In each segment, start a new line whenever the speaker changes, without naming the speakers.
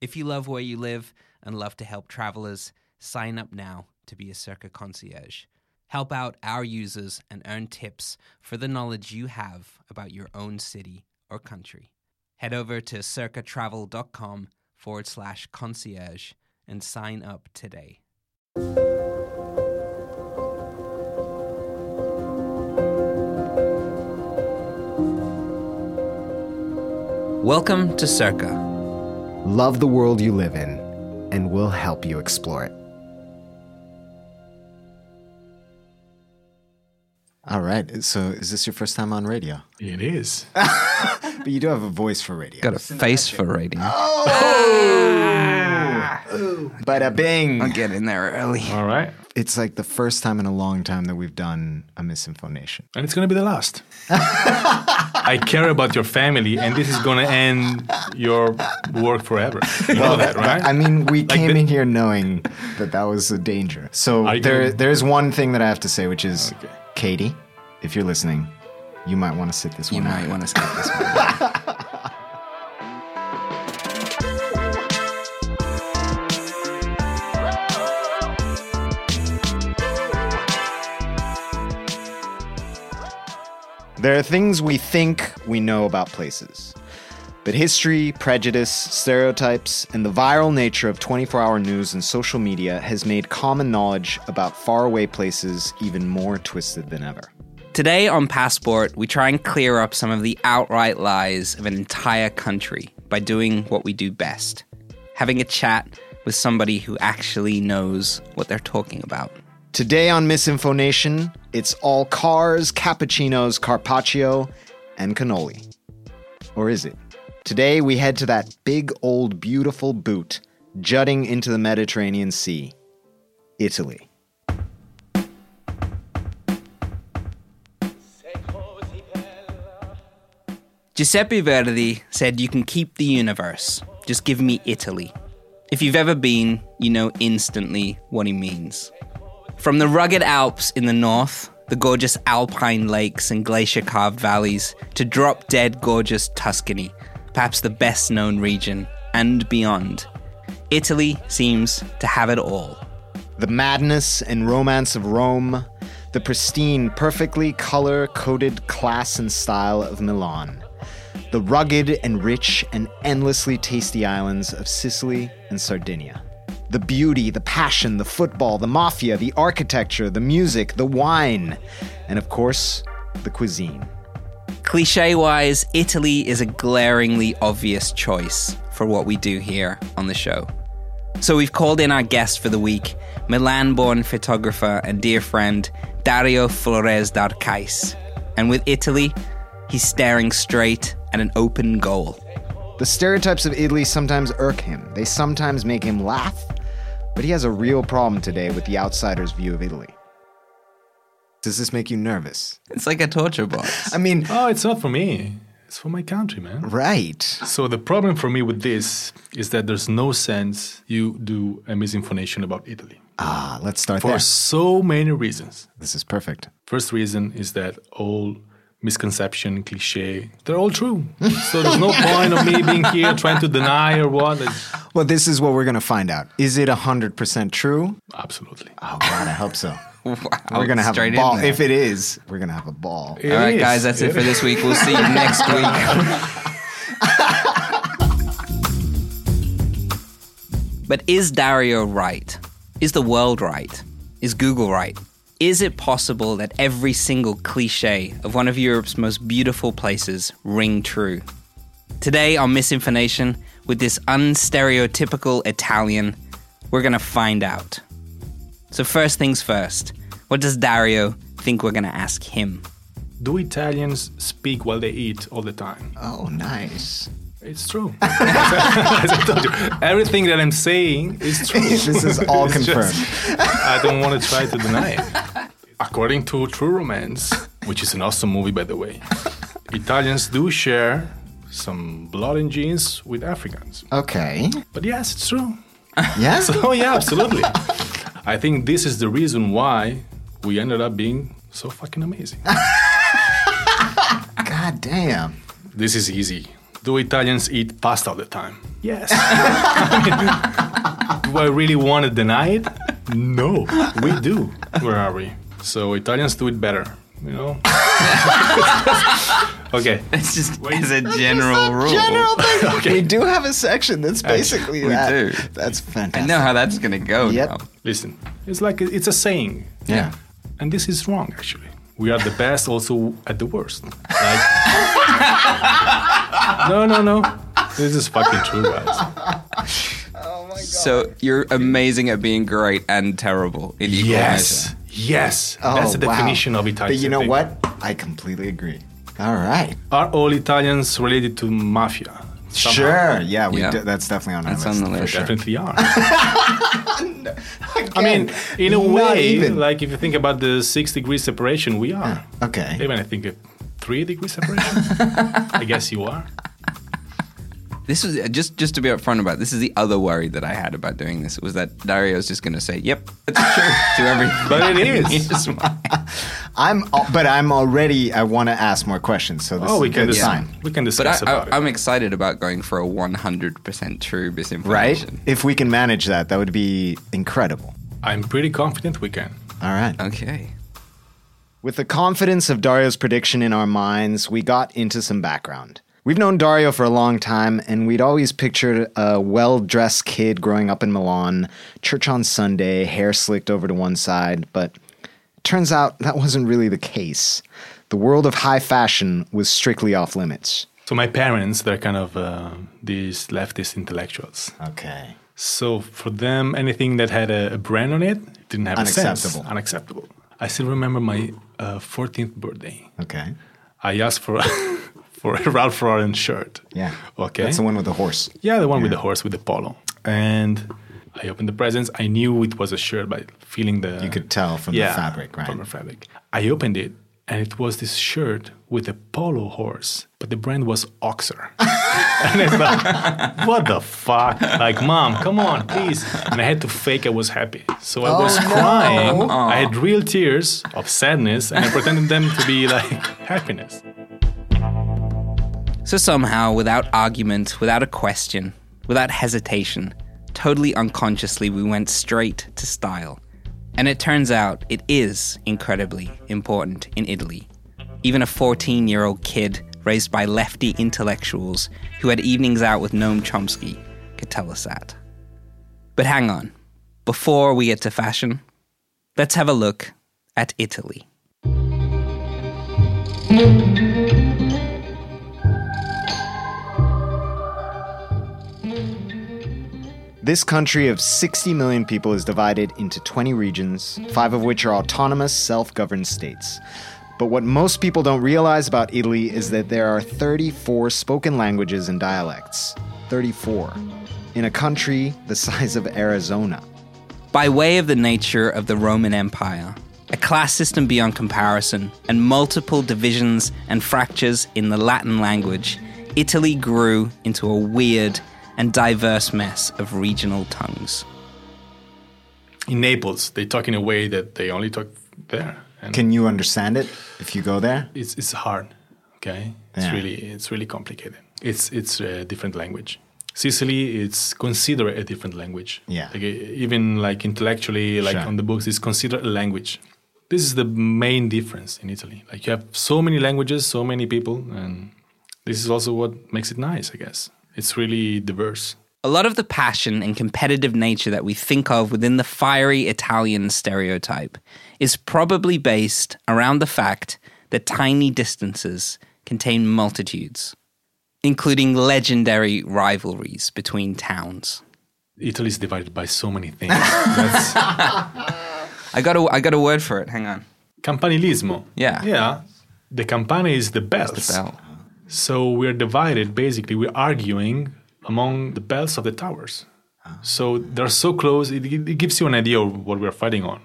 If you love where you live and love to help travelers, sign up now to be a Circa concierge. Help out our users and earn tips for the knowledge you have about your own city or country. Head over to circatravel.com forward slash concierge and sign up today. Welcome to Circa.
Love the world you live in, and we'll help you explore it. All right. So, is this your first time on radio?
It is.
But you do have a voice for radio.
Got a face for radio.
Bada bing!
Get in there early.
All right.
It's like the first time in a long time that we've done a misinformation.
And it's going to be the last. I care about your family, and this is going to end your work forever. You know that, right?
I mean, we came
the-
in here knowing that that was a danger. So
Are you
there,
gonna-
there's one thing that I have to say, which is,
Okay.
Katie, if you're listening, you might want to sit this
You
one
might
out.
want to skip this one.
There are things we think we know about places. But history, prejudice, stereotypes, and the viral nature of 24 hour news and social media has made common knowledge about faraway places even more twisted than ever.
Today on Passport, we try and clear up some of the outright lies of an entire country by doing what we do best having a chat with somebody who actually knows what they're talking about.
Today on Misinformation, it's all cars, cappuccinos, carpaccio, and cannoli. Or is it? Today we head to that big old beautiful boot jutting into the Mediterranean Sea, Italy.
Giuseppe Verdi said, You can keep the universe, just give me Italy. If you've ever been, you know instantly what he means. From the rugged Alps in the north, the gorgeous alpine lakes and glacier carved valleys, to drop dead gorgeous Tuscany, perhaps the best known region, and beyond, Italy seems to have it all.
The madness and romance of Rome, the pristine, perfectly color coded class and style of Milan, the rugged and rich and endlessly tasty islands of Sicily and Sardinia. The beauty, the passion, the football, the mafia, the architecture, the music, the wine, and of course, the cuisine.
Cliche wise, Italy is a glaringly obvious choice for what we do here on the show. So we've called in our guest for the week, Milan born photographer and dear friend Dario Flores d'Arcais. And with Italy, he's staring straight at an open goal.
The stereotypes of Italy sometimes irk him, they sometimes make him laugh, but he has a real problem today with the outsider's view of Italy. Does this make you nervous?
It's like a torture box.
I mean,
Oh, it's not for me. It's for my country, man.
right.
So the problem for me with this is that there's no sense you do a misinformation about Italy
Ah, let's start
for
there.
so many reasons.
This is perfect.
First reason is that all misconception, cliche, they're all true. so there's no point of me being here trying to deny or what. It's-
Well, this is what we're going to find out. Is it 100% true?
Absolutely.
Oh, God, I hope so.
Wow,
We're going to have
straight
a
in
ball.
there.
If it is, we're going to have a ball.
All right, guys, that's it for this week. We'll see you next week. but is Dario right? Is the world right? Is Google right? Is it possible that every single cliche of one of Europe's most beautiful places ring true? Today on Misinformation, with this unstereotypical Italian, we're gonna find out. So first things first, what does Dario think we're gonna ask him?
Do Italians speak while they eat all the time?
Oh, nice.
It's true. As I told you, everything that I'm saying is true.
This is all
It's
confirmed.
just- I don't want to try to deny it. According to True Romance, which is an awesome movie, by the way, Italians do share some blood and genes with Africans.
Okay.
But yes, it's true.
Yeah.
So yeah, absolutely. I think this is the reason why we ended up being so fucking amazing.
God damn.
This is easy. Do Italians eat pasta all the time? Yes. do I really want to deny it? No, we do. Where are we? So Italians do it better, you know? okay.
It's just as a general rule.
General thing.
Okay.
We do have a section that's basically
we
that.
do.
That's
I
fantastic.
know how that's gonna go
Yep.
now.
Listen, it's like it's a saying,
Yeah.
and this is wrong actually. We are the best, also at the worst. Like, no, no, no. This is fucking true, guys.
So you're amazing at being great and terrible in equal
Yes, yes. That's
Oh,
the
wow.
definition of Italian.
But you know
I think.
what? I completely agree. All right.
Are all Italians related to mafia? Somehow.
Sure. Yeah, we
Yeah.
do- that's definitely on our
That's
list.
on the
for
list.
Sure.
Definitely are. I
Again,
mean, in a
not
way,
even. Ah.
like if you think about the six degree separation, we are.
okay.
Even I think a three degree separation. I guess you are.
This is just just to be upfront about. it, This is the other worry that I had about doing this was that Dario's just going to say, "Yep, that's true" to everything.
But it is.
He's just like,
I'm, al- but I'm already. I want to ask more questions. So this
Oh,
is
we
a
can
good
dis-
sign,
we can
But
discuss
I,
about
I,
it.
I'm excited about going for a 100% true
right?
misinformation.
If we can manage that, that would be incredible.
I'm pretty confident we can.
All right.
Okay.
With the confidence of Dario's prediction in our minds, we got into some background. We've known Dario for a long time, and we'd always pictured a well dressed kid growing up in Milan, church on Sunday, hair slicked over to one side, but it turns out that wasn't really the case. The world of high fashion was strictly off limits.
So my parents, they're kind of uh, these leftist intellectuals.
Okay.
So for them, anything that had a, a brand on it didn't have a sense.
Unacceptable.
Unacceptable. I still remember my uh, 14th birthday.
Okay.
I asked for for a Ralph Lauren shirt.
Yeah.
Okay.
That's the one with the horse.
Yeah, the one with the horse with the polo. And I opened the presents. I knew it was a shirt by feeling the.
You could tell from the fabric, right?
From the fabric. I opened it, and it was this shirt with a polo horse, but the brand was Oxer. and it's like, what the fuck? Like, mom, come on, please. And I had to fake I was happy. So I
Oh,
was crying. I had real tears of sadness, and I pretended them to be like happiness.
So somehow, without argument, without a question, without hesitation, totally unconsciously, we went straight to style. And it turns out it is incredibly important in Italy. Even a 14 year old kid raised by lefty intellectuals who had evenings out with Noam Chomsky could tell us that. But hang on, before we get to fashion, let's have a look at Italy.
This country of 60 million people is divided into 20 regions, five of which are autonomous, self governed states. But what most people don't realize about Italy is that there are 34 spoken languages and dialects. 34. In a country the size of Arizona.
By way of the nature of the Roman Empire, a class system beyond comparison, and multiple divisions and fractures in the Latin language, Italy grew into a weird and diverse mess of regional tongues.
In Naples, they talk in a way that they only talk there. And
Can you understand it if you go there?
it's it's hard. Okay, it's
Yeah.
really it's really complicated. It's it's a different language. Sicily, it's considered a different language.
Yeah.
like, e- even like intellectually, like
Sure.
on the books, it's considered a language. This is the main difference in Italy. Like you have so many languages, so many people, and this is also what makes it nice, I guess. It's really diverse.
A lot of the passion and competitive nature that we think of within the fiery Italian stereotype is probably based around the fact that tiny distances contain multitudes, including legendary rivalries between towns.
Italy is divided by so many things. That's
I got a, I got a word for it. Hang on.
campanilismo.
Yeah.
Yeah. The campana is the bells.
Bell.
So we're divided, basically, we're arguing among the bells of the towers.
Ah.
So they're so close, it, it gives you an idea of what we're fighting on.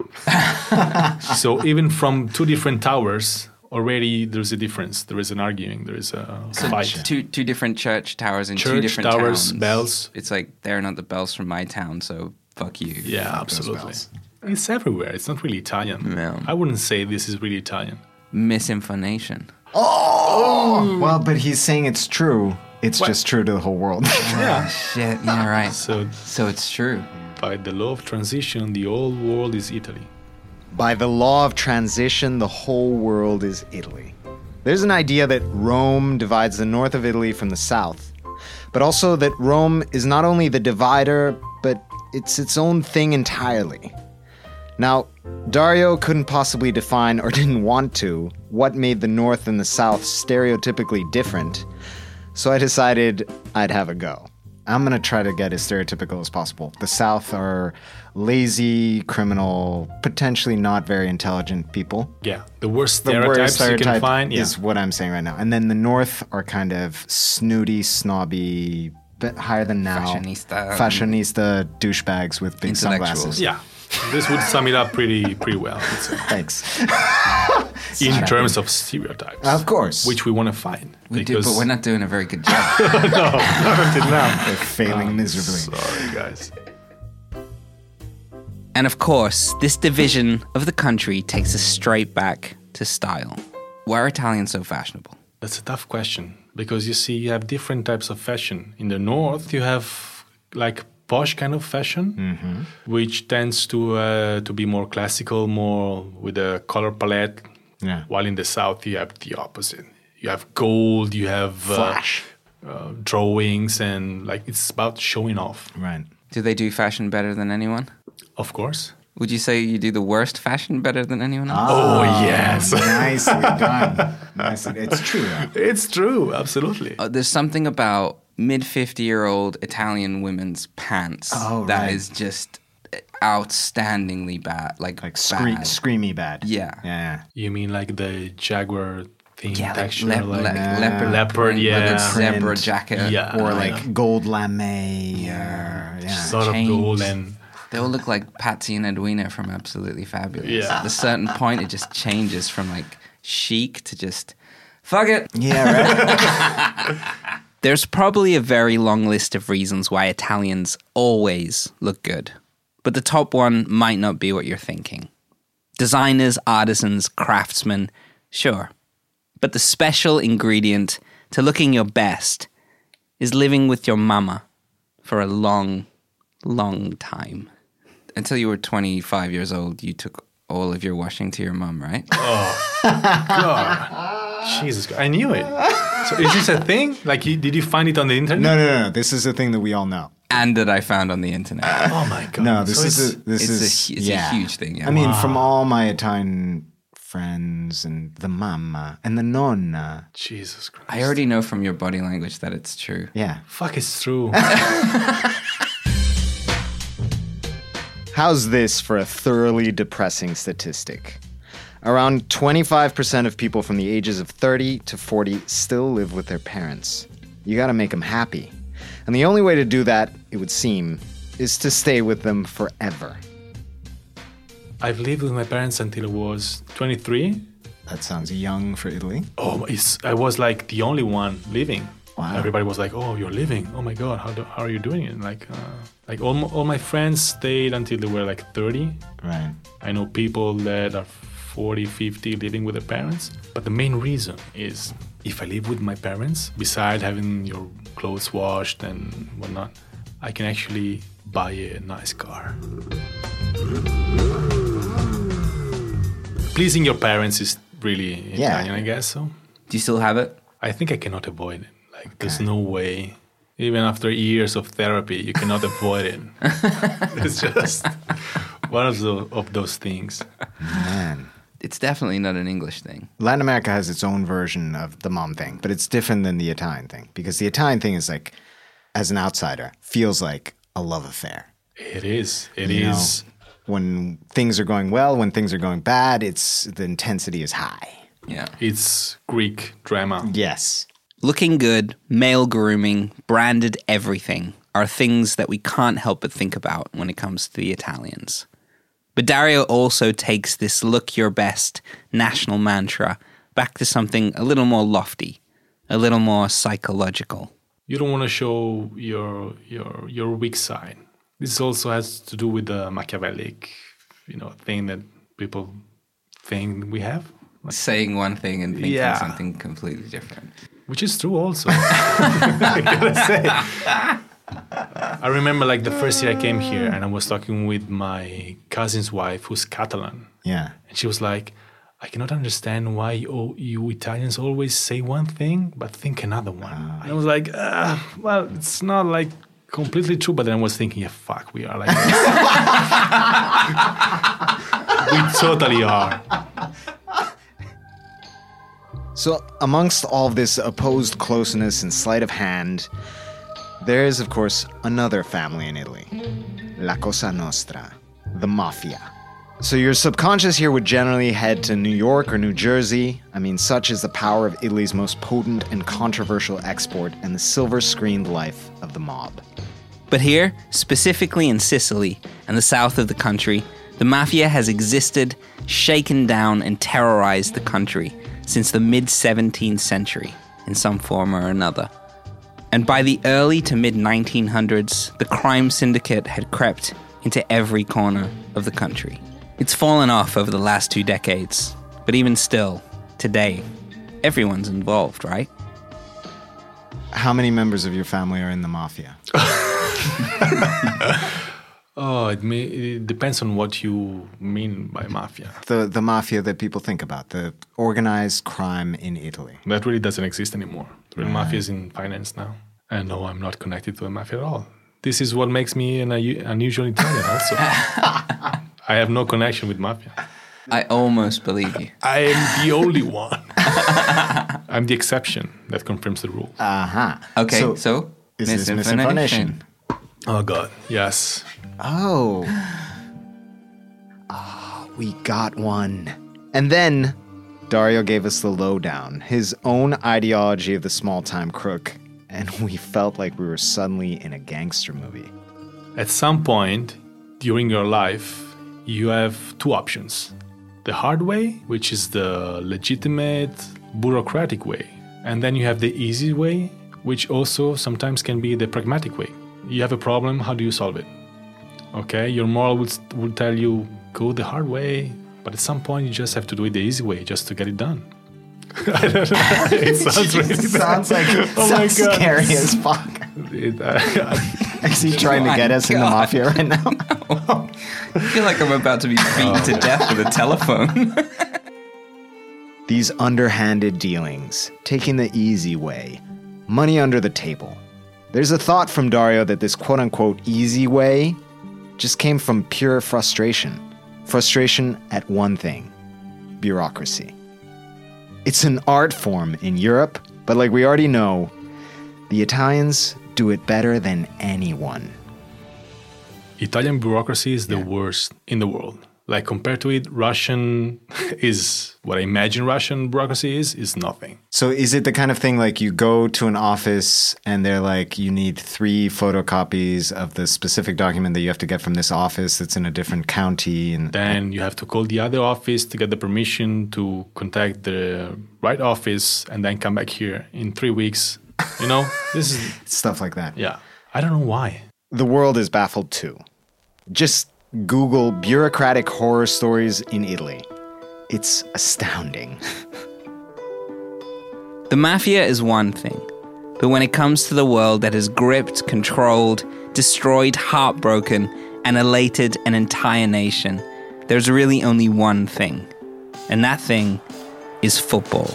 so even from two different towers, already there's a difference. There is an arguing, there is a fight.
Two two different church towers and two
Church
different
towers,
towns.
bells.
It's like they're not the bells from my town, so fuck you.
Yeah, absolutely.
bells.
It's everywhere. It's not really Italian.
No.
I wouldn't say this is really Italian.
Misinformation.
Well, but he's saying it's true. It's
What?
just true to the whole world.
Yeah.
Ah, Shit. Yeah. Right.
so
So it's true.
by the law of transition, the old world is Italy.
By the law of transition, the whole world is Italy. There's an idea that Rome divides the north of Italy from the south, but also that Rome is not only the divider, but it's its own thing entirely. Now, Dario couldn't possibly define or didn't want to what made the north and the south stereotypically different, so I decided I'd have a go. I'm gonna try to get as stereotypical as possible. The South are lazy, criminal, potentially not very intelligent people.
Yeah, the worst
The
stereotypes
worst
you can
stereotype
find. Yeah.
is what I'm saying right now. And then the North are kind of snooty, snobby, bit higher than now.
Fashionista.
Fashionista douchebags with big sunglasses.
Intellectuals.
Yeah, this would sum it up pretty pretty well I'd say.
Thanks.
in terms of stereotypes,
Of course.
which we want to find.
We do, but we're not doing a very good job.
They're
Um,
failing miserably.
Sorry, guys.
And of course, this division of the country takes us straight back to style. Why are Italians so fashionable?
That's a tough question because you see, you have different types of fashion. In the north, you have like posh kind of fashion,
Mm-hmm.
which tends to uh, to be more classical, more with a color palette.
Yeah.
While in the south, you have the opposite. You have gold. You have
Flash.
Uh, uh, drawings and like it's about showing off,
Right.
Do they do fashion better than anyone?
of course.
Would you say you do the worst fashion better than anyone else?
Oh, yes.
Nicely done. Nicely. It's true. though.
It's true, absolutely.
Uh, there's something about mid 50 year old Italian women's pants that
Oh,
is
right.
just eh, outstandingly bad. Like,
Like scree-
bad.
screamy bad.
Yeah.
Yeah.
You mean like the jaguar thing
Yeah, like,
texture,
lep-
like,
le-
Yeah.
leopard,
Leopard,
print with a
yeah.
zebra
Print.
jacket.
Yeah.
or
I
like
know.
gold lame or yeah.
sort of
change.
gold and
They all look like Patsy and Edwina from Absolutely Fabulous.
Yeah.
At a certain point, it just changes from like chic to just fuck it.
Yeah, right.
There's probably a very long list of reasons why Italians always look good, but the top one might not be what you're thinking. Designers, artisans, craftsmen, sure. But the special ingredient to looking your best is living with your mama for a long, long time. Until you were 25 years old, you took all of your washing to your mum, right?
Jesus, Christ, I knew it. So is this a thing? Like, you, did you find it on the internet?
no, no, no, no. This is a thing that we all know.
and that I found on the internet.
Oh my god.
No, this
So
is
it's-
a, this
it's a
is
hu- it's a
yeah.
huge thing, yeah.
I mean, from all my Italian friends and the mama and the nonna.
Jesus Christ.
I already know from your body language that it's true.
Yeah.
Fuck, it's true.
How's this for a thoroughly depressing statistic? Around 25% of people from the ages of 30 to 40 still live with their parents. You gotta make them happy. And the only way to do that, it would seem, is to stay with them forever.
I've lived with my parents until I was 23.
That sounds young for Italy.
Oh, it's, I was like the only one living.
Wow.
Everybody was like, "Oh, you're living! Oh my God, how, do, how are you doing it?" Like, uh, like all, m- all my friends stayed until they were like 30,
Right.
I know people that are 40, 50 living with their parents. But the main reason is if I live with my parents, beside having your clothes washed and whatnot, I can actually buy a nice car. Pleasing your parents is really
Yeah.
Italian, I guess so.
Do you still have it?
I think I cannot avoid it. Like, there's no way. Even after years of therapy, you cannot avoid it. it's just one of, the, of those things.
Man.
It's definitely not an English thing.
Latin America has its own version of the mom thing, but it's different than the Italian thing because the Italian thing is like, as an outsider, feels like a love affair.
It is. It
you know?
is.
When things are going well, when things are going bad, it's the intensity is high.
Yeah.
It's Greek drama.
Yes.
Looking good, male grooming, branded everything are things that we can't help but think about when it comes to the Italians. But Dario also takes this look your best national mantra back to something a little more lofty, a little more psychological.
you don't want to show your your your weak side. This also has to do with the Machiavellic, you know, thing that people think we have, like,
Saying one thing and thinking
Yeah.
something completely different.
which is true also. I gotta say. I remember like the first year I came here and I was talking with my cousin's wife who's Catalan,
Yeah.
and she was like. I cannot understand why you, you Italians always say one thing but think another one. And I was like, "Ah, well, it's not like completely true. But then I was thinking, yeah, fuck, we are like this. we totally are.
So, amongst all this opposed closeness and sleight of hand, there is, of course, another family in Italy La Cosa Nostra, the Mafia. So, your subconscious here would generally head to New York or New Jersey. I mean, such is the power of Italy's most potent and controversial export and the silver screened life of the mob.
But here, specifically in Sicily and the south of the country, the mafia has existed, shaken down, and terrorized the country since the mid 17th century in some form or another. And by the early to mid 1900s, the crime syndicate had crept into every corner of the country. It's fallen off over the last two decades, but even still, today, everyone's involved, right?
How many members of your family are in the Mafia?
Oh, it, may, it depends on what you mean by mafia.
The, the Mafia that people think about, the organized crime in Italy.
That really doesn't exist anymore. The real mafia is in finance now. And no, I'm not connected to the mafia at all. This is what makes me an u- unusual Italian also. I have no connection with mafia.
I almost believe you.
I am the only one. I'm the exception that confirms the rule.
Aha.
Okay, so,
is this misinformation?
oh God! Yes,
Oh. Ah, we got one. And then Dario gave us the lowdown, his own ideology of the small time crook, and we felt like we were suddenly in a gangster movie.
at some point during your life, you have two options: the hard way, which is the legitimate bureaucratic way, and then you have the easy way, which also sometimes can be the pragmatic way. You have a problem. How do you solve it? Okay, your moral would, would tell you go the hard way, but at some point you just have to do it the easy way just to get it done. I don't know. It sounds really
Sounds like
Oh my
sounds
God.
scary as fuck.
It, I-
Is he trying to get us in the mafia right now?
I feel like I'm about to be beat to death with a telephone.
These underhanded dealings, taking the easy way, money under the table. There's a thought from Dario that this quote unquote easy way just came from pure frustration. Frustration at one thing bureaucracy. It's an art form in Europe, but like we already know, the Italians do it better than anyone.
Italian bureaucracy is the worst in the world. Like compared to it, Russian is what I imagine Russian bureaucracy is is nothing.
So is it the kind of thing like you go to an office and they're like, you need three photocopies of the specific document that you have to get from this office that's in a different county and
Then you have to call the other office to get the permission to contact the right office and then come back here in three weeks. You know, this is
stuff like that?
yeah. I don't know why.
The world is baffled too. Just Google bureaucratic horror stories in Italy. It's astounding.
The mafia is one thing, but when it comes to the world that has gripped, controlled, destroyed, heartbroken, and elated an entire nation, there's really only one thing, and that thing is football.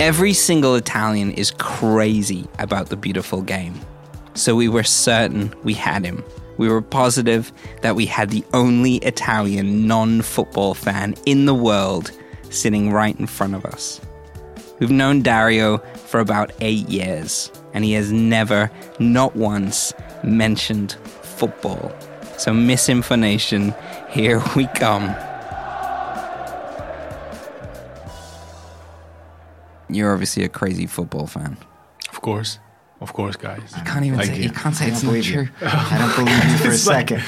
Every single Italian is crazy about the beautiful game. So we were certain we had him. We were positive that we had the only Italian non football fan in the world sitting right in front of us. We've known Dario for about eight years, and he has never, not once, mentioned football. So, misinformation, here we come. You're obviously a crazy football fan.
Of course. Of course, guys.
Can't even
I
say, you
get-
can't say it's not
believe you.
true.
I don't believe you for a second.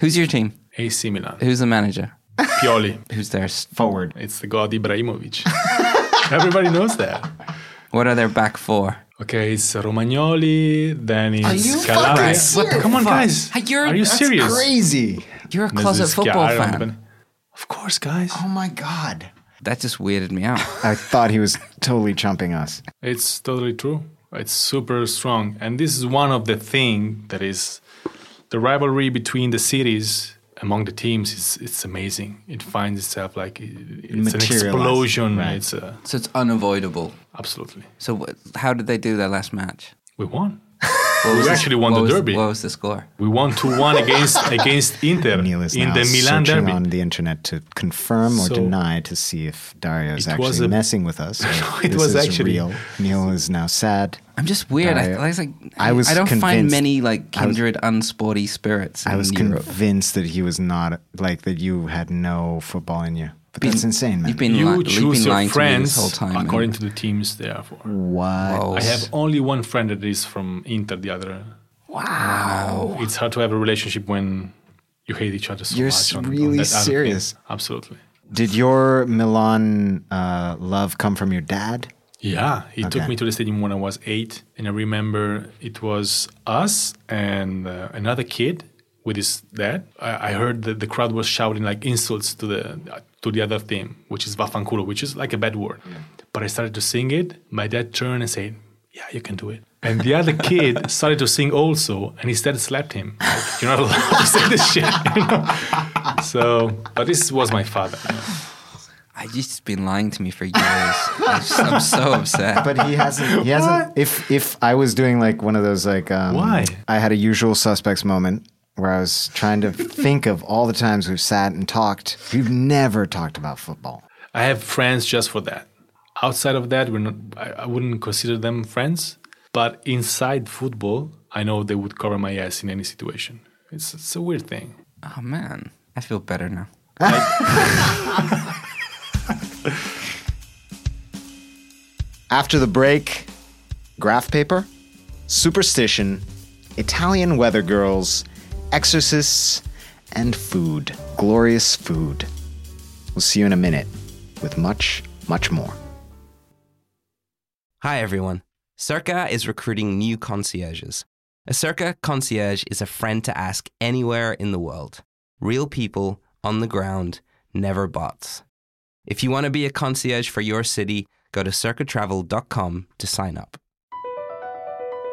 Who's your team?
AC Milan.
Who's the manager?
Pioli.
Who's theirs?
Forward.
It's the god Ibrahimovic. Everybody knows that.
What are their back four?
Okay, it's Romagnoli, then
you
it's
fucking
Calabria.
serious?
Come on,
Fuck.
guys.
Hey, you're-
Are you
that's
serious?
Crazy.
You're a
This
closet
is
football
Chiaro,
fan.
but- Of course, guys.
Oh my god.
That just weirded me out.
I thought he was totally chumping us.
It's totally true. It's super strong, and this is one of the thing that is the rivalry between the cities among the teams is it's amazing. It finds itself like it- it's an
Materialized,
explosion.
right.
It's a,
so it's unavoidable.
absolutely
So what, how did they do their last match?
we won. we actually won
what
the
was,
derby.
What was the score?
we won two one against against Inter
Neil is
in
now
the Milan
searching
derby.
on the internet to confirm or
So-
deny to see if Dario is
It was
actually
a-
messing with us.
it
this
was
is
actually-
real. Neil is now sad.
I'm just weird. I,
I-
I was like,
I was
I don't find
convinced-
many like
I was-
kindred, unsporty spirits in
I was
Europe.
convinced that he was not like that. You had no football in you, but
Been-
that's insane, man.
You've been, li-
You
you've
choose
been
your
lying to me this
friends
whole time. man.
according to the teams they are for.
what?
Whoa.
I have only one friend that is from Inter. The other, wow, it's hard to have a relationship when you hate each other so
You're
much. on- on
really
that other thing.
serious.
Absolutely.
Did your Milan uh, love come from your dad?
Yeah, he
Okay.
took me to the stadium when I was eight, and I remember it was us and uh, another kid with his dad. I, I heard that the crowd was shouting like insults to the to the other team, which is Vafanculo, which is like a bad word. But I started to sing it. My dad turned and said, "Yeah, you can do it." And the other kid started to sing also, and his dad slapped him. Like, You're not allowed to say this shit. you know? So, but this was my father.
I just been lying to me for years. I'm, just- I'm so upset.
But he hasn't. He hasn't. If if I was doing like one of those like um,
Why?
I had a usual suspects moment where I was trying to think of all the times we've sat and talked. We've never talked about football.
I have friends just for that. Outside of that, we're not. I, I wouldn't consider them friends. But inside football, I know they would cover my ass in any situation. It's it's a weird thing.
Oh man, I feel better now.
After the break, graph paper, superstition, Italian weather girls, exorcists, and food. Glorious food. We'll see you in a minute with much, much more.
Hi, everyone. Circa is recruiting new concierges. A Circa concierge is a friend to ask anywhere in the world. Real people on the ground, never bots. If you want to be a concierge for your city, go to circatravel.com to sign up.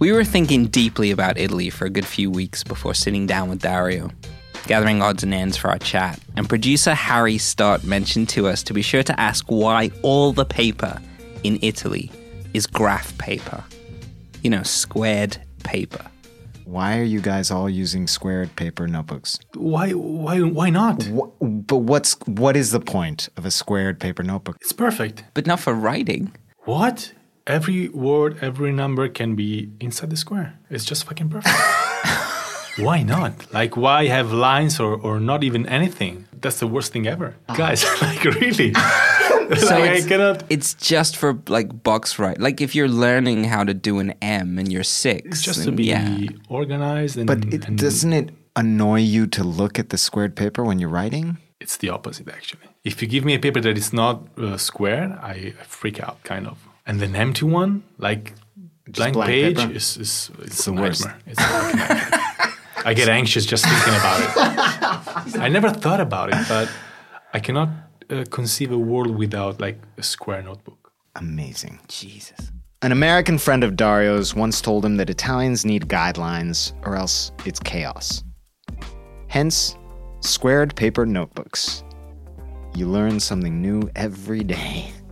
We were thinking deeply about Italy for a good few weeks before sitting down with Dario, gathering odds and ends for our chat. And producer Harry Stott mentioned to us to be sure to ask why all the paper in Italy is graph paper. You know, squared paper.
Why are you guys all using squared paper notebooks?
Why why why not?
Wha but what's what is the point of a squared paper notebook?
It's perfect.
But not for writing.
What? Every word, every number can be inside the square. It's just fucking perfect. why not? Like why have lines or, or not even anything? That's the worst thing ever. Guys, like really.
So
like, I
it's,
cannot
it's just for like box write. Like if you're learning how to do an M and you're six.
It's just to
then
be
yeah.
organized and
But it,
and
doesn't it annoy you to look at the squared paper when you're writing?
It's the opposite, actually. If you give me a paper that is not uh, square, I freak out, kind of. And an empty one, like blank,
blank
page,
paper?
is, is it's,
the
a
worst.
nightmare. It's a fucking nightmare. I get anxious just thinking about it. I never thought about it, but I cannot uh, conceive a world without like a square notebook.
Amazing.
Jesus.
An American friend of Dario's once told him that Italians need guidelines or else it's chaos. Hence, squared paper notebooks. You learn something new every day.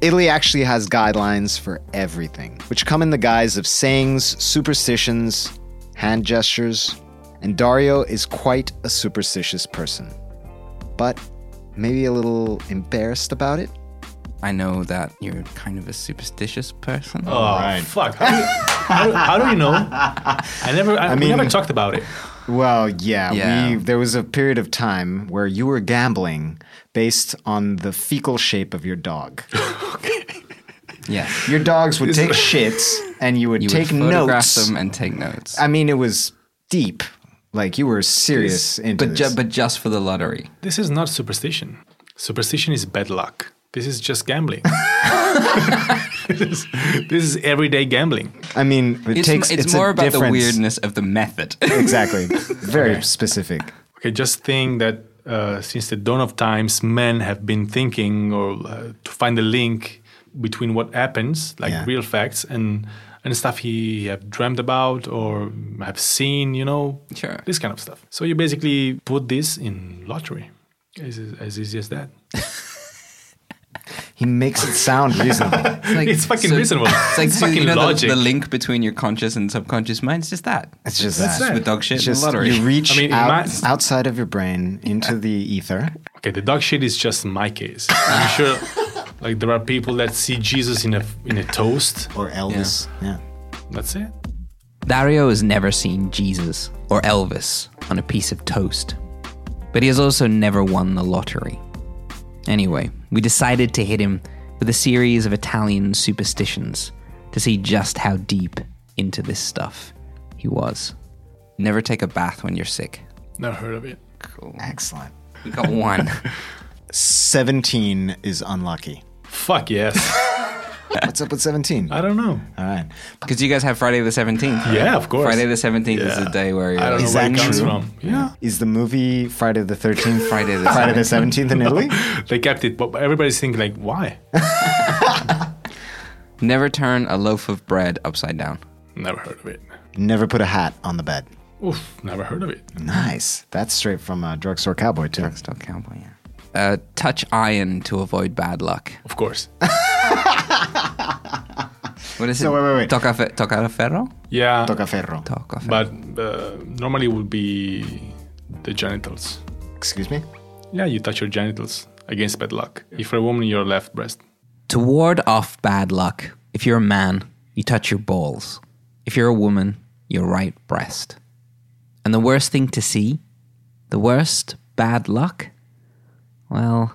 Italy actually has guidelines for everything, which come in the guise of sayings, superstitions, hand gestures, and Dario is quite a superstitious person. But maybe a little embarrassed about it?
I know that you're kind of a superstitious person.
Oh fuck! How do, you, how, do, how do you know? I never. I, we
mean-
never talked about it.
Well, yeah,
Yeah.
We, there was a period of time where you were gambling based on the fecal shape of your dog.
Yeah.
Your dogs would take shits, and you would
You
take
would photograph
notes.
them and take notes.
I mean, it was deep. Like you were serious into
but,
this.
ju- but just for the lottery.
This is not superstition. Superstition is bad luck. This is just gambling. this, is, this is everyday gambling.
I mean, it
It's,
takes.
m- it's,
a
more about the
difference-
weirdness of the method.
Exactly. Very specific.
Okay, just think that uh, since the dawn of times, men have been thinking or uh, to find a link between what happens, like
Yeah.
real facts, and and stuff he have dreamt about or have seen. You know,
Sure.
this kind of stuff. So you basically put this in lottery. As, as easy as that.
He makes it sound reasonable.
like-
it's fucking
so-
reasonable. It's,
It's like do
fucking
you know the-
logic.
The, link between your conscious and subconscious mind is just that.
It's just
That's
that.
it.
The dog shit
It's
and
just
the lottery.
you reach
I mean, in
out,
my-
outside of your brain into the ether.
Okay, the dog shit is just my case. I'm sure, like there are people that see Jesus in a in a toast.
Or Elvis. yeah.
That's it.
Dario has never seen Jesus or Elvis on a piece of toast, but he has also never won the lottery. Anyway, we decided to hit him with a series of Italian superstitions to see just how deep into this stuff he was.
Never take a bath when you're sick.
Never heard of it.
Excellent.
We got one.
17 is unlucky.
Fuck yes.
What's up with 17? All
I don't know.
right.
Because you guys have Friday the 17th. right?
Yeah, of course.
Friday the 17th is
Yeah.
the day where
I
you're
don't know
Is
where
that
it comes
true?
from. Yeah.
Is the movie Friday the 13th
Friday the
Friday the 17th in Italy?
They kept it, but everybody's thinking like, why?
never turn a loaf of bread upside down.
Never heard of it.
Never put a hat on the bed.
Oof, never heard of it.
Nice. That's straight from uh, Drugstore Cowboy, too.
Still cowboy, yeah. Uh, touch iron to avoid bad luck.
Of course.
What is
So
it?
wait, wait, wait.
Toca fe- tocar ferro?
Yeah.
Toccaferro.
Toca ferro.
But uh, normally would be the genitals.
Excuse me?
Yeah, you touch your genitals against bad luck. If you're a woman, your left breast.
To ward off bad luck, if you're a man, you touch your balls. If you're a woman, your right breast. And the worst thing to see, the worst bad luck, well,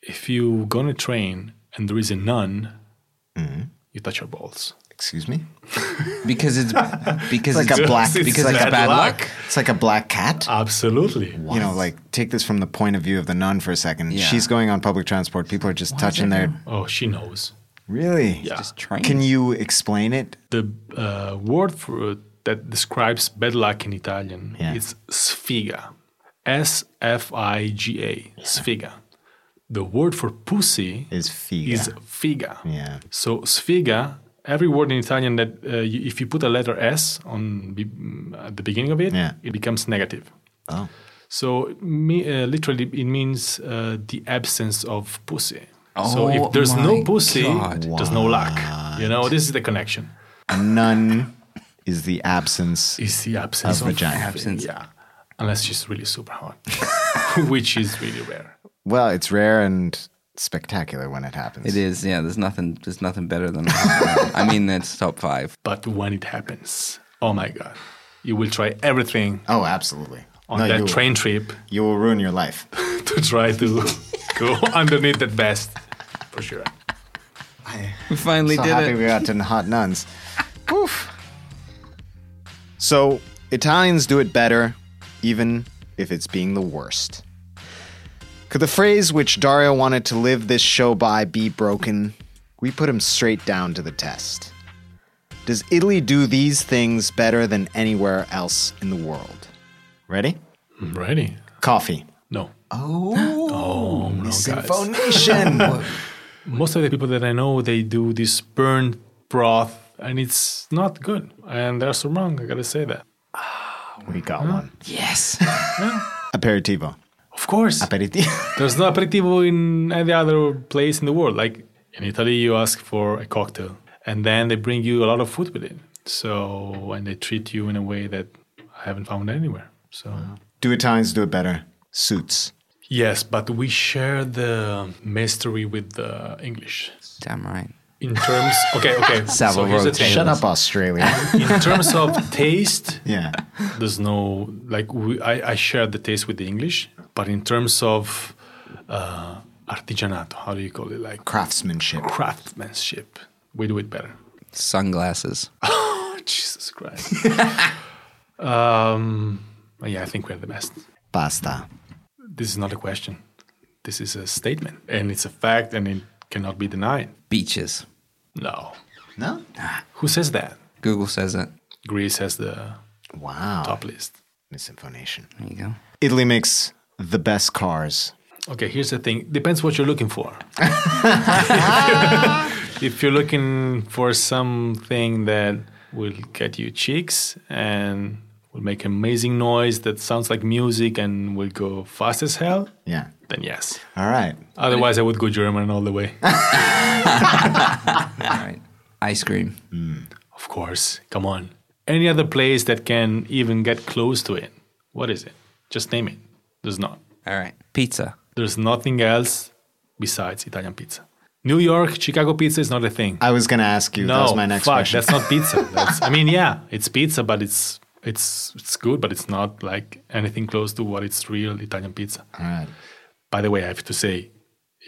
If you go on a train and there is a nun,
Mm-hmm.
you touch your balls.
Excuse me?
because it's because
It's
it's,
like a black.
It's
It's like
bad
a bad
luck. Uh,
luck. It's like a black cat.
Absolutely.
You know, like take this from the point of view of the nun for a second.
Yeah.
She's going on public transport. People are just touching their.
Oh, she knows.
Really?
Yeah.
just trains.
Can you explain it?
The uh, word for it that describes bad luck in Italian
Yeah.
is sfiga. S F I G A. Sfiga. The word for pussy
Is figa.
is figa.
Yeah.
So sfiga, every word in Italian that uh, you, if you put a letter S on be, mm, at the beginning of it,
Yeah.
it becomes negative.
Oh.
So me, uh, literally, it means uh, the absence of pussy. so
Oh
if there's
my
no pussy,
God.
there's no luck. You know, this is the connection.
Nun is the absence.
It's the absence
Of
of,
vagina.
Absence.
Yeah, unless she's really super hot, which is really rare.
Well, it's rare and spectacular when it happens.
It is, yeah. There's nothing. There's nothing better than. I mean, that's top five.
But when it happens, oh my god, you will try everything
Oh, absolutely.
on
No,
that
you,
train trip
you will ruin your life.
to try to go underneath that vest, for sure.
We finally
so
did
happy
it.
we got to hot nuns. Oof. So Italians do it better, even if it's being the worst. Could the phrase which Dario wanted to live this show by be broken? We put him straight down to the test. Does Italy do these things better than anywhere else in the world? Ready?
I'm ready.
Coffee.
No.
Oh,
Oh, no, guys.
Symphonation.
Most of the people that I know, they do this burnt broth, and it's not good. And they're so wrong. I gotta say that.
we got one.
Yes.
Aperitivo.
Of course,
Aperitivo.
there's no aperitivo in any other place in the world. Like in Italy, you ask for a cocktail, and then they bring you a lot of food with it. So, and they treat you in a way that I haven't found anywhere. So.
do Italians do it better? Suits.
Yes, but we share the mystery with the English
Damn right.
in terms. Okay, okay. so here's the
Road.
thing.
Shut up, Australia.
In terms of taste,
yeah.
there's no like we, I, I share the taste with the English, but in terms of uh, artigianato, how do you call it? Like
Craftsmanship.
craftsmanship, we do it better.
Sunglasses.
Oh, Jesus Christ. um, yeah, I think we're the best.
Pasta.
This is not a question. This is a statement, and it's a fact, and it cannot be denied.
Beaches.
No.
No?
Who says that?
Google says it.
Greece has the
Wow.
top list.
Misinformation.
There you go.
Italy makes the best cars.
Okay, here's the thing. Depends what you're looking for. if you're looking for something that will get you chicks and will make amazing noise that sounds like music and will go fast as hell,
Yeah.
then yes.
All right.
Otherwise, I would go German all the way.
All right. Ice cream.
of course. Come on. Any other place that can even get close to it? What is it? Just name it. There's not.
All right. Pizza.
There's nothing else besides Italian pizza. New York, Chicago pizza is not a thing.
I was going to ask you. that was my next
fuck,
question.
that's not pizza. That's, I mean, yeah, it's pizza, but it's it's it's good, but it's not like anything close to what it's real Italian pizza.
All right.
By the way, I have to say,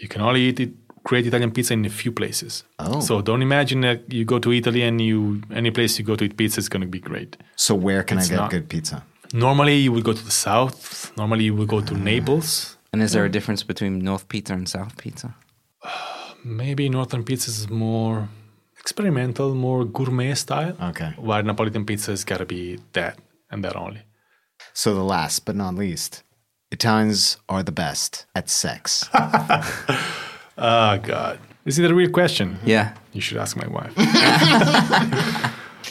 you can only eat it, great Italian pizza in a few places.
Oh.
So don't imagine that you go to Italy and you any place you go to eat pizza is going to be great.
So where can I
It's
get
not.
good pizza?
Normally you would go to the south. Normally you would go to
Hmm.
Naples.
And is there a difference between North pizza and South pizza?
Maybe northern pizza is more experimental, more gourmet style.
Okay.
While Napolitan pizza has got to be that and that only.
So the last but not least, Italians are the best at sex.
Oh God. Is it a real question?
Yeah.
You should ask my wife.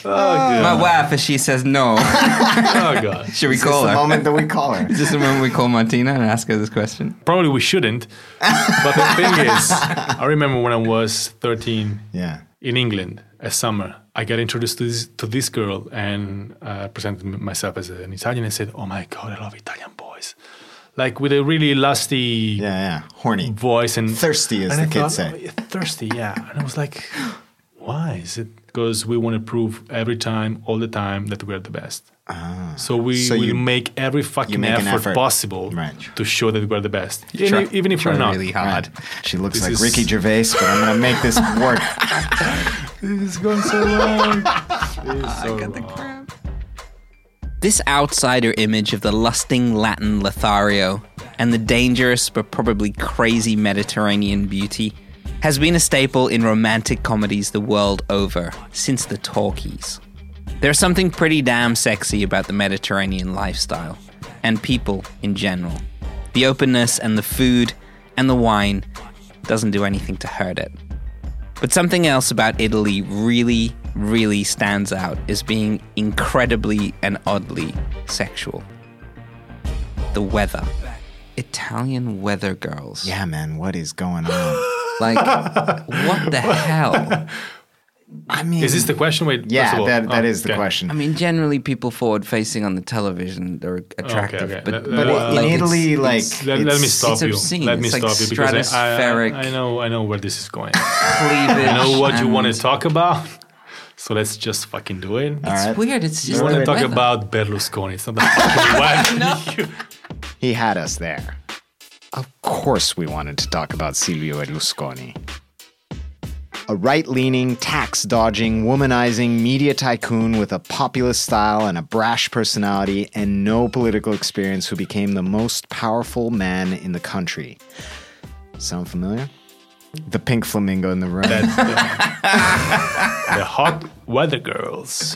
My wife, if she says no,
oh God.
should we call
the
her?
moment that we call her.
Just the moment we call Martina and ask her this question.
Probably we shouldn't. But the thing is, I remember when I was 13
Yeah.
in England, a summer, I got introduced to this, to this girl and uh, presented m- myself as an Italian and said, "Oh my God, I love Italian boys," like with a really lusty
Yeah, yeah. Horny.
voice and
Thirsty, as
and
the
I
kids
thought,
say.
"Oh, Thirsty, yeah. And I was like, why is it? Because we want to prove every time, all the time, that we're the best. so we
Ah. So
will
you-
make every fucking
make an
effort,
effort.
possible
Right.
to show that we're the best, even,
Try-
even if we're
try
not.
really
Right.
hard.
She looks
This
like
is-
Ricky Gervais, but I'm going to make this work.
It's going so long.
This outsider image of the lusting Latin Lothario and the dangerous but probably crazy Mediterranean beauty has been a staple in romantic comedies the world over since the talkies. There's something pretty damn sexy about the Mediterranean lifestyle and people in general. The openness and the food and the wine doesn't do anything to hurt it. But something else about Italy really, really stands out as being incredibly and oddly sexual. The weather. Italian weather girls.
Yeah, man. What is going on?
Like, what the hell?
I mean,
Is this the question? Wait, first
Yeah,
of all.
that, that
Oh,
is the
okay.
question.
I mean, generally, people forward facing on the television are attractive,
okay.
but,
Let-
but
Uh,
in
like, it's-
Italy, like.
Let, let
it's-
me stop
it's
you.
obscene.
Let me
It's like
stop you because I, I,
stratospheric.
I know I know where this is going.
cleavage.
I know what you want
and-
to talk about, so let's just fucking do it.
It's
Alright.
weird. It's just.
I want
the
to talk
weather.
about Berlusconi. It's not the fucking wife.
He had us there. Of course, we wanted to talk about Silvio Berlusconi. a right leaning, tax dodging, womanizing media tycoon with a populist style and a brash personality and no political experience who became the most powerful man in the country. Sound familiar? The pink flamingo in the room.
the hot weather girls.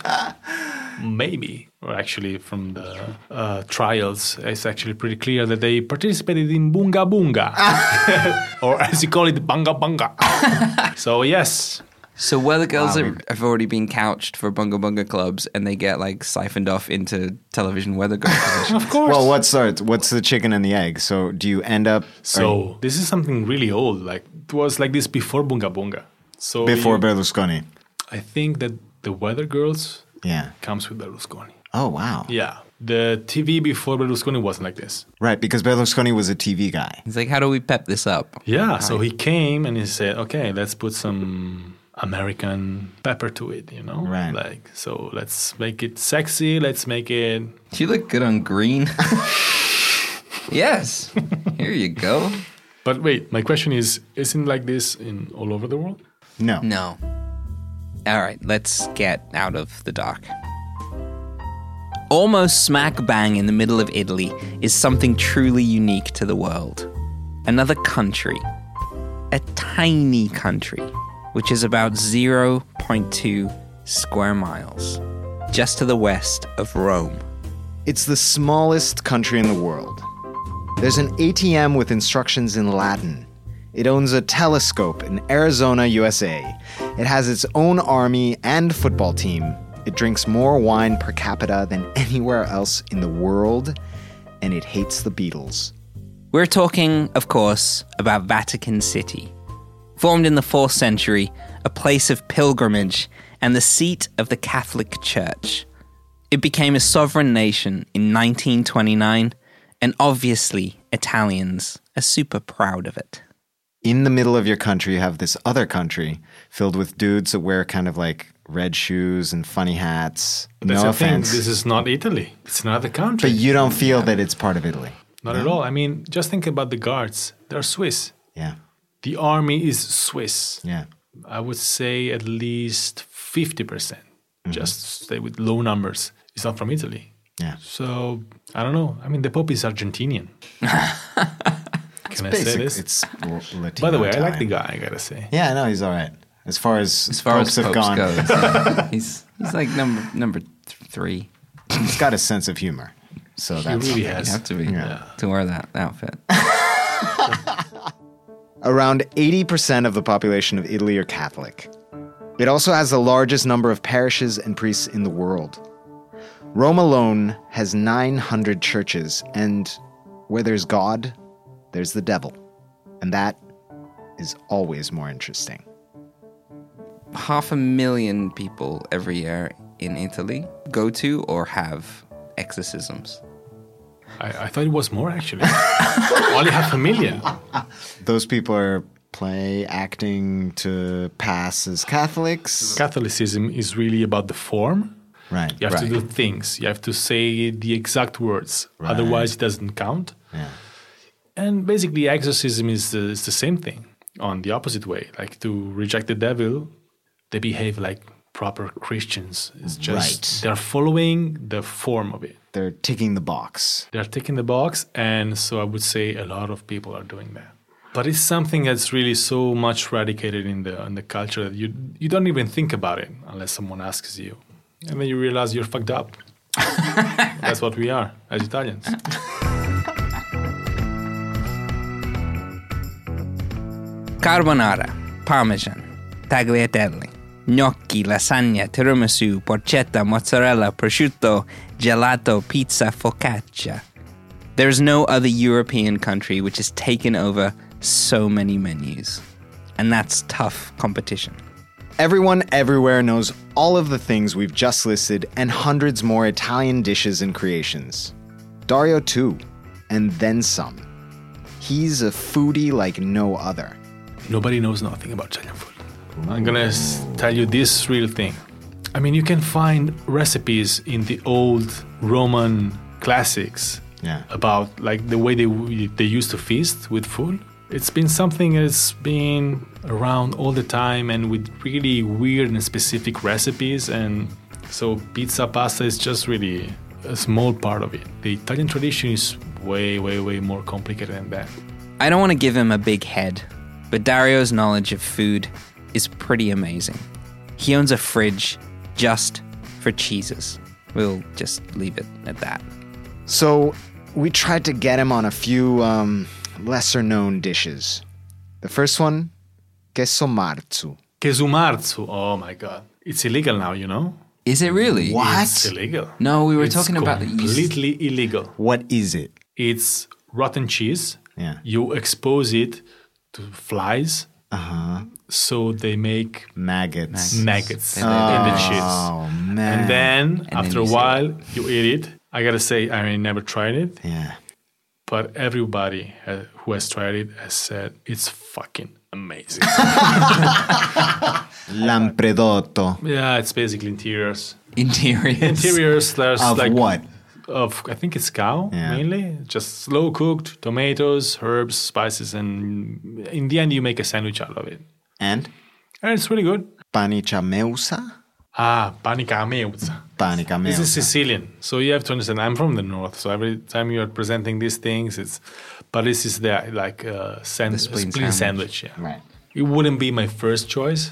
Maybe, or actually from the uh, trials, it's actually pretty clear that they participated in Bunga Bunga, or as you call it, Banga Banga. so yes,
So weather girls have, have already been couched for bunga bunga clubs, and they get like siphoned off into television weather girl positions.
of course.
well, what starts? What's the chicken and the egg? So do you end up uh,
so this is something really old. Like it was like this before Bunga Bunga. So
before
you-
Berlusconi?
I think that the weather girls
Yeah.
comes with Berlusconi.
Oh wow.
Yeah, the TV before Berlusconi wasn't like this.
Right, because Berlusconi was a TV guy.
He's like, how do we pep this up?
Yeah, so he came and he said, "Okay, let's put some American pepper to it," you know,
Right.
Like, so let's make it sexy. Let's make it.
you look good on green. yes. Here you go.
But wait, my question is, isn't like this in all over the world?
No.
No. All right, let's get out of the dark. Almost smack bang in the middle of Italy is something truly unique to the world. Another country. A tiny country, which is about 0.2 square miles, just to the west of Rome.
It's the smallest country in the world. There's an ATM with instructions in Latin. It owns a telescope in Arizona, USA. It has its own army and football team. It drinks more wine per capita than anywhere else in the world, and it hates the Beatles.
We're talking, of course, about Vatican City. Formed in the 4th century, a place of pilgrimage and the seat of the Catholic Church. It became a sovereign nation in 1929, and obviously, Italians are super proud of it.
In the middle of your country, you have this other country filled with dudes that wear kind of like red shoes and funny hats.
That's
no
the thing.
offense.
This is not Italy. It's another country.
but you don't feel that it's part of Italy.
not at all. I mean, just think about the guards. They're Swiss.
Yeah.
The army is Swiss.
Yeah.
I would say at least fifty percent.
Mm-hmm.
Just stay with low numbers. It's not from Italy.
Yeah.
So I don't know. I mean, the Pope is Argentinian. Can I say
Basic-
this?
It's l- Latino.
By the way, I like the
Italian.
guy. I gotta say.
Yeah, no, he's all right. As far as
As far
popes
as
have
popes
gone,
goes, yeah. he's he's like number number th- three.
he's got a sense of humor. So
He
that's
really
You
has.
have to be
Yeah.
to wear that outfit.
around 80% of the population of Italy are Catholic. It also has the largest number of parishes and priests in the world. Rome alone has 900 churches, and where there's God, there's the devil. And that is always more interesting.
Half a million people every year in Italy go to or have exorcisms.
I, I thought it was more actually. Only half a million.
Those people are play acting to pass as Catholics.
Catholicism is really about the form.
Right.
You have to do things. You have to say the exact words. Otherwise, it doesn't count.
Yeah.
And basically, exorcism is the, is the same thing on the opposite way. Like to reject the devil, they behave like proper Christians. It's just
Right.
they're following the form of it.
They're ticking the box.
they're ticking the box and so i would say a lot of people are doing that but it's something that's really so much radicated in the in the culture that you you don't even think about it unless someone asks you and then you realize you're fucked up that's what we are as italians
Carbonara, Parmesan, Tagliatelle, Gnocchi, lasagna, tiramisu, porchetta, mozzarella, prosciutto, gelato, pizza, focaccia. There is no other European country which has taken over so many menus. And that's tough competition.
Everyone everywhere knows all of the things we've just listed and hundreds more Italian dishes and creations. Dario, too, and then some. He's a foodie like no other.
nobody knows nothing about italian food i'm gonna s- tell you this real thing i mean you can find recipes in the old roman classics
Yeah.
about like the way they w- they used to feast with food It's been something that's been around all the time and with really weird and specific recipes. And so pizza pasta is just really a small part of it. The Italian tradition is way, way, way more complicated than that.
I don't want to give him a big head, but Dario's knowledge of food is pretty amazing. He owns a fridge just for cheeses. We'll just leave it at that.
So we tried to get him on a few um, lesser known dishes. The first one, queso marzu.
Kesumarzu. Oh my God. It's illegal now, you know?
Is it really?
It's illegal.
No, we were
It's
talking about
completely illegal.
What is it?
It's rotten cheese.
Yeah.
You expose it to flies. Uh huh. So they make
Maggots.
maggots
They
in the cheese.
Oh man.
And then
then
after a
you say-
while, you eat it. I gotta say, I mean, never tried it,
yeah.
but everybody uh, who has tried it has said it's fucking amazing.
Lampredotto.
yeah, it's basically interiors.
interiors.
Interiors, there's
Of
like
what?
of I think it's cow
Yeah.
mainly, just slow cooked tomatoes, herbs, spices, and in the end you make a sandwich out of it,
And
and it's really good.
panica meusa?
Ah, panica meuza.
Panica meusa.
This is Sicilian, so you have to understand. I'm from the north, so every time you are presenting these things, it's but this is the like uh, sand,
spleen
spleen,
sandwich.
sandwich. yeah.
right.
It wouldn't be my first choice.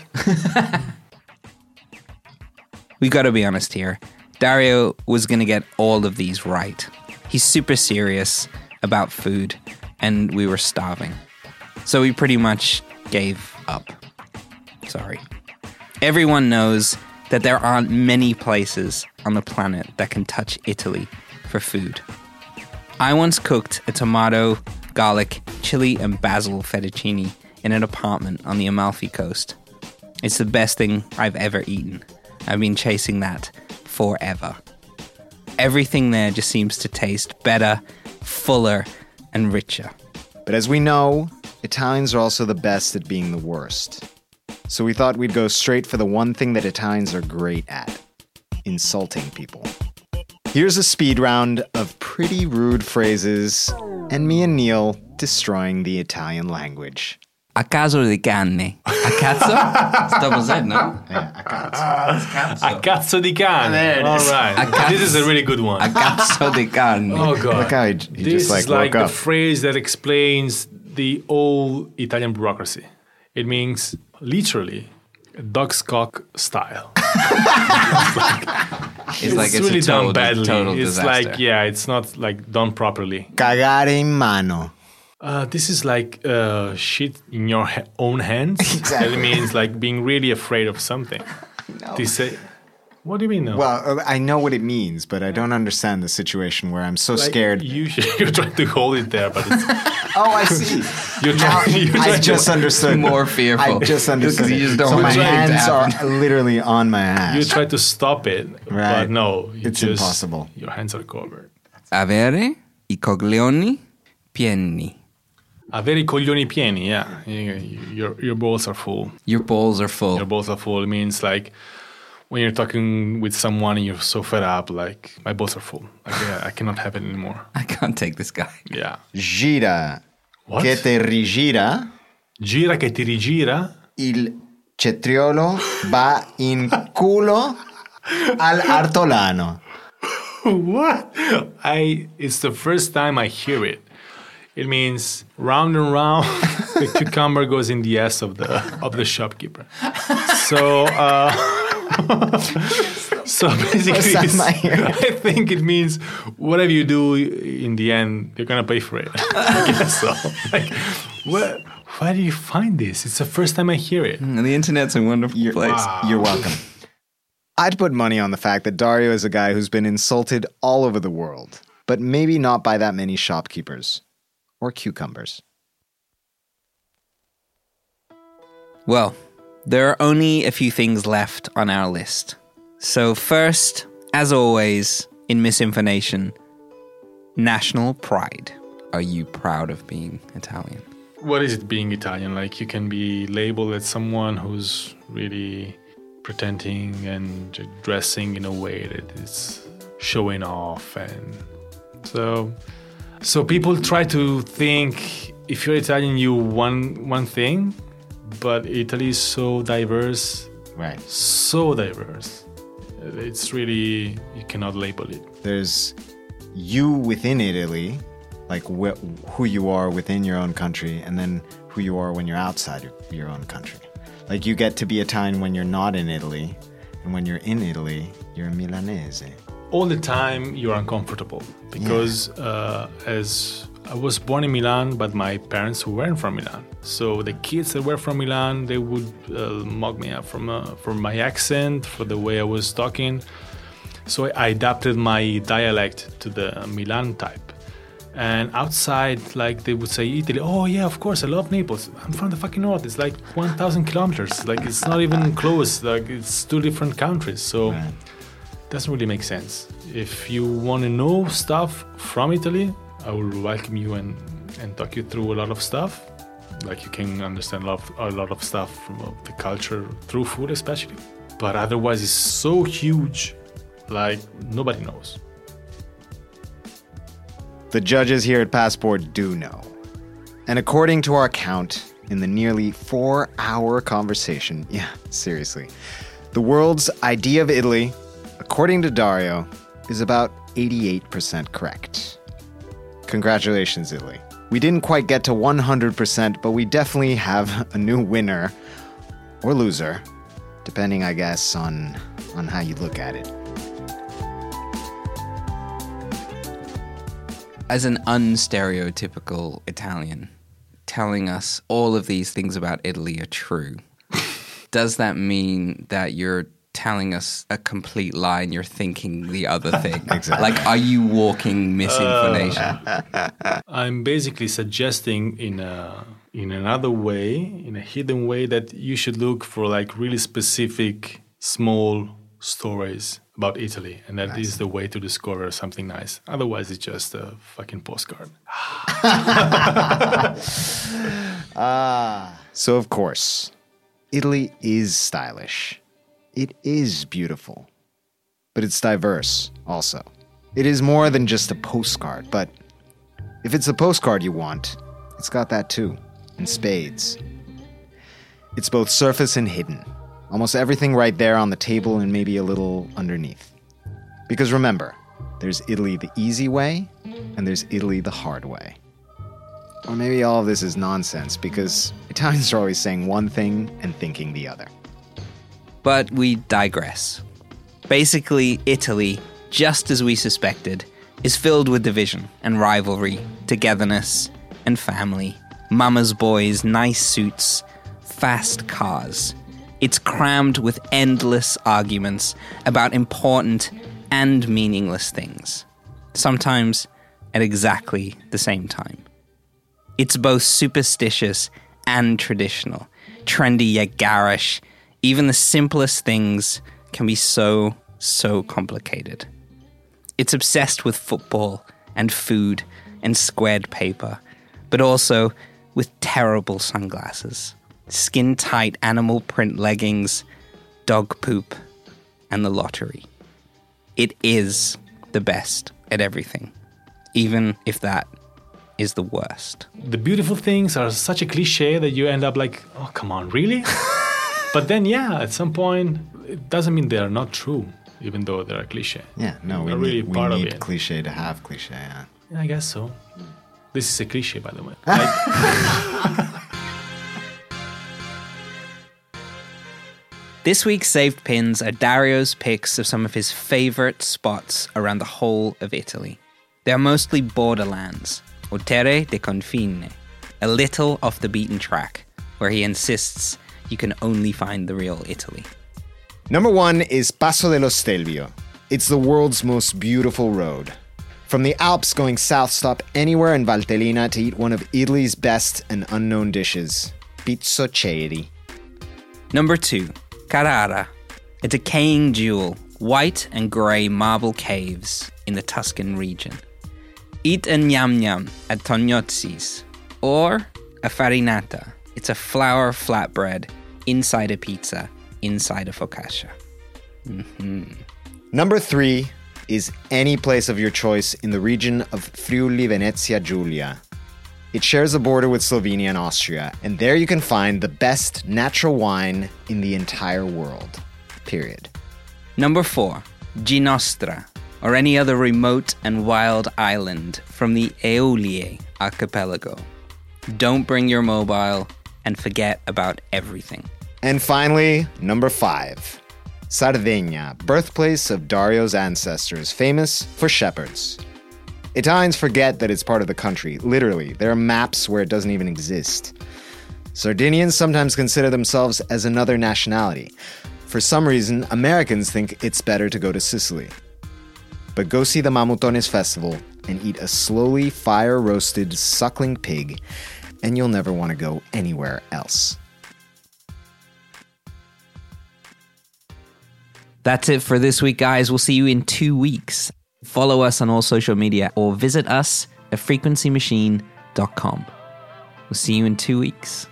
we got to be honest here. Dario was going to get all of these right. He's super serious about food, and we were starving. So we pretty much gave up. Sorry. Everyone knows that there aren't many places on the planet that can touch Italy for food. I once cooked a tomato, garlic, chili, and basil fettuccine in an apartment on the Amalfi Coast. It's the best thing I've ever eaten. I've been chasing that forever. Everything there just seems to taste better, fuller, and richer.
But as we know, Italians are also the best at being the worst. So we thought we'd go straight for the one thing that Italians are great at insulting people. Here's a speed round of pretty rude phrases, and me and Neil destroying the Italian language.
A caso di canne. A cazzo? it's double Z, no?
A cazzo di cane.
There it
All
is.
right, this is a really good
A
one.
cazzo di canne.
Oh god,
Look how he j- he
this
just, like,
is like
woke
the
up.
phrase that explains the old Italian bureaucracy. It means literally dog's cock style.
it's, like it's
really
a total,
done badly.
total
it's
disaster.
like yeah, it's not like done properly.
Cagare in mano.
Uh, this is like uh, shit in your ha- own hands.
Exactly.
It means like being really afraid of something. They say, what do you mean? No?
Well, uh, I know what it means, but I don't understand the situation where I'm so
Like,
scared.
You should, you're trying to hold it there, but it's,
oh, I see.
you're
Now,
trying. You're
I
trying
just
to,
understood.
More fearful.
I just understood.
Because you just
it.
don't
so
want
my
it to
hands are
happen.
literally on my
you
ass.
try to stop it,
Right.
but no, you
It's
just-
impossible.
Your hands are covered.
Avere i coglioni pieni.
Avere i coglioni pieni, yeah. You- you- Your your balls are full.
Your balls are full.
Your balls are full means like when you're talking with someone and you're so fed up, like my balls are full. Like, yeah, I cannot have it anymore.
I can't take this guy.
Yeah.
Gira.
What?
Che te rigira,
Gira che ti rigira.
il cetriolo va in culo al artolano.
what? I. It's the first time I hear it. It means round and round. the cucumber goes in the ass of the of the shopkeeper. So. Uh, So basically,
First time I hear
it's- I think it means whatever you do in the end, you're gonna pay for it. I guess so. Like, where, where do you find this? It's the first time I hear it.
The internet's a wonderful
You're,
place.
ah.
you're welcome. I'd put money on the fact that Dario is a guy who's been insulted all over the world, but maybe not by that many shopkeepers or cucumbers.
Well, there are only a few things left on our list. So, first, as always, in misinformation, national pride. Are you proud of being Italian?
what is it being Italian? Like you can be labeled as someone who's really pretending and j- dressing in a way that is showing off and so so people try to think if you're Italian, you want one thing, but Italy is so diverse,
Right.
so diverse. It's really you cannot label it.
There's you within Italy, like wh- who you are within your own country, and then who you are when you're outside of your own country. Like you get to be Italian when you're not in Italy, and when you're in Italy, you're Milanese.
all the time you're uncomfortable because uh, as I was born in Milan, but my parents weren't from Milan. So the kids that were from Milan, they would uh, mock me up from uh, from my accent, for the way I was talking. So I- I adapted my dialect to the Milan type. And outside, like they would say Italy, oh yeah, of course, I love Naples. I'm from the fucking north. It's like 1,000 kilometers. Like it's not even close. Like it's two different countries. So
Right.
doesn't really make sense. If you want to know stuff from Italy, I will welcome you and, and talk you through a lot of stuff. Like you can understand a lot of, a lot of stuff from uh, the culture through food, especially. But otherwise, it's so huge, like nobody knows.
The judges here at Passport do know. And according to our count, in the nearly four hour conversation, yeah, seriously, the world's idea of Italy, according to Dario, is about 88% correct. Congratulations, Italy. We didn't quite get to 100%, but we definitely have a new winner or loser, depending, I guess, on, on how you look at it.
as an unstereotypical Italian telling us all of these things about Italy are true, does that mean that you're telling us a complete lie and you're thinking the other thing?
Exactly.
Like, are you walking misinformation?
I'm basically suggesting in a in another way, in a hidden way, that you should look for like really specific small stories about Italy, and that is the way to discover something nice. Otherwise, it's just a fucking postcard.
So, of course, Italy is stylish. It is beautiful. But it's diverse, also. It is more than just a postcard, but if it's the postcard you want, it's got that too, in spades. It's both surface and hidden. Almost everything right there on the table and maybe a little underneath. Because remember, there's Italy the easy way, and there's Italy the hard way. Or maybe all of this is nonsense because Italians are always saying one thing and thinking the other.
But we digress. Basically, Italy, just as we suspected, is filled with division and rivalry, togetherness and family, mama's boys, nice suits, fast cars. It's crammed with endless arguments about important and meaningless things, sometimes at exactly the same time. It's both superstitious and traditional, trendy yet garish. Even the simplest things can be so, so complicated. It's obsessed with football and food and squared paper, but also with terrible sunglasses, skin tight animal print leggings, dog poop, and the lottery. It is the best at everything, even if that is the worst.
The beautiful things are such a cliche that you end up like, oh come on, really? but then, yeah, at some point, it doesn't mean they are not true, even though they are cliche.
Yeah, no, we need,
Not Mm, really
we
part of
need
it.
cliche to have cliche. Yeah.
I guess so. This is a cliche, by the way.
This week's saved pins are Dario's picks of some of his favourite spots around the whole of Italy. They are mostly borderlands, or terre de confine, a little off the beaten track, where he insists you can only find the real Italy.
Number one is Paso de los Stelvio. It's the world's most beautiful road. From the Alps going south, stop anywhere in Valtellina to eat one of Italy's best and unknown dishes, pizzoccheri.
Number two, Carrara, a decaying jewel, white and grey marble caves in the Tuscan region. Eat a yam yam at Tognozzi's, or a farinata. It's a flour flatbread inside a pizza, inside a focaccia.
Number three is any place of your choice in the region of Friuli Venezia Giulia. It shares a border with Slovenia and Austria, and there you can find the best natural wine in the entire world. Period.
Number four, Ginostra, or any other remote and wild island from the Aeolie archipelago. Don't bring your mobile and forget about everything.
And finally, number five Sardinia, birthplace of Dario's ancestors, famous for shepherds. Italians forget that it's part of the country, literally. There are maps where it doesn't even exist. Sardinians sometimes consider themselves as another nationality. For some reason, Americans think it's better to go to Sicily. But go see the Mamutones Festival and eat a slowly fire roasted suckling pig, and you'll never want to go anywhere else.
That's it for this week, guys. We'll see you in two weeks. Follow us on all social media or visit us at frequencymachine.com. We'll see you in two weeks.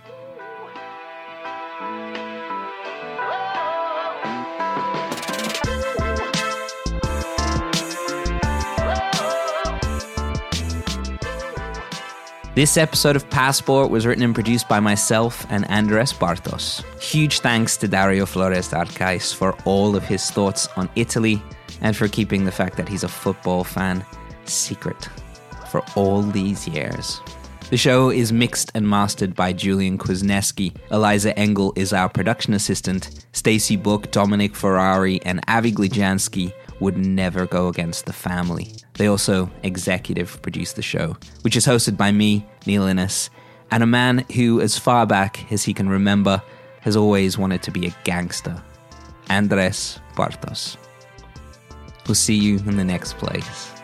This episode of Passport was written and produced by myself and Andres Bartos. Huge thanks to Dario Flores Arcais for all of his thoughts on Italy and for keeping the fact that he's a football fan secret for all these years. The show is mixed and mastered by Julian Kwasniewski. Eliza Engel is our production assistant. Stacy Book, Dominic Ferrari, and Avi Glijansky would never go against the family. They also executive produce the show, which is hosted by me, Neil Innes, and a man who, as far back as he can remember, has always wanted to be a gangster, Andres Bartos. We'll see you in the next place.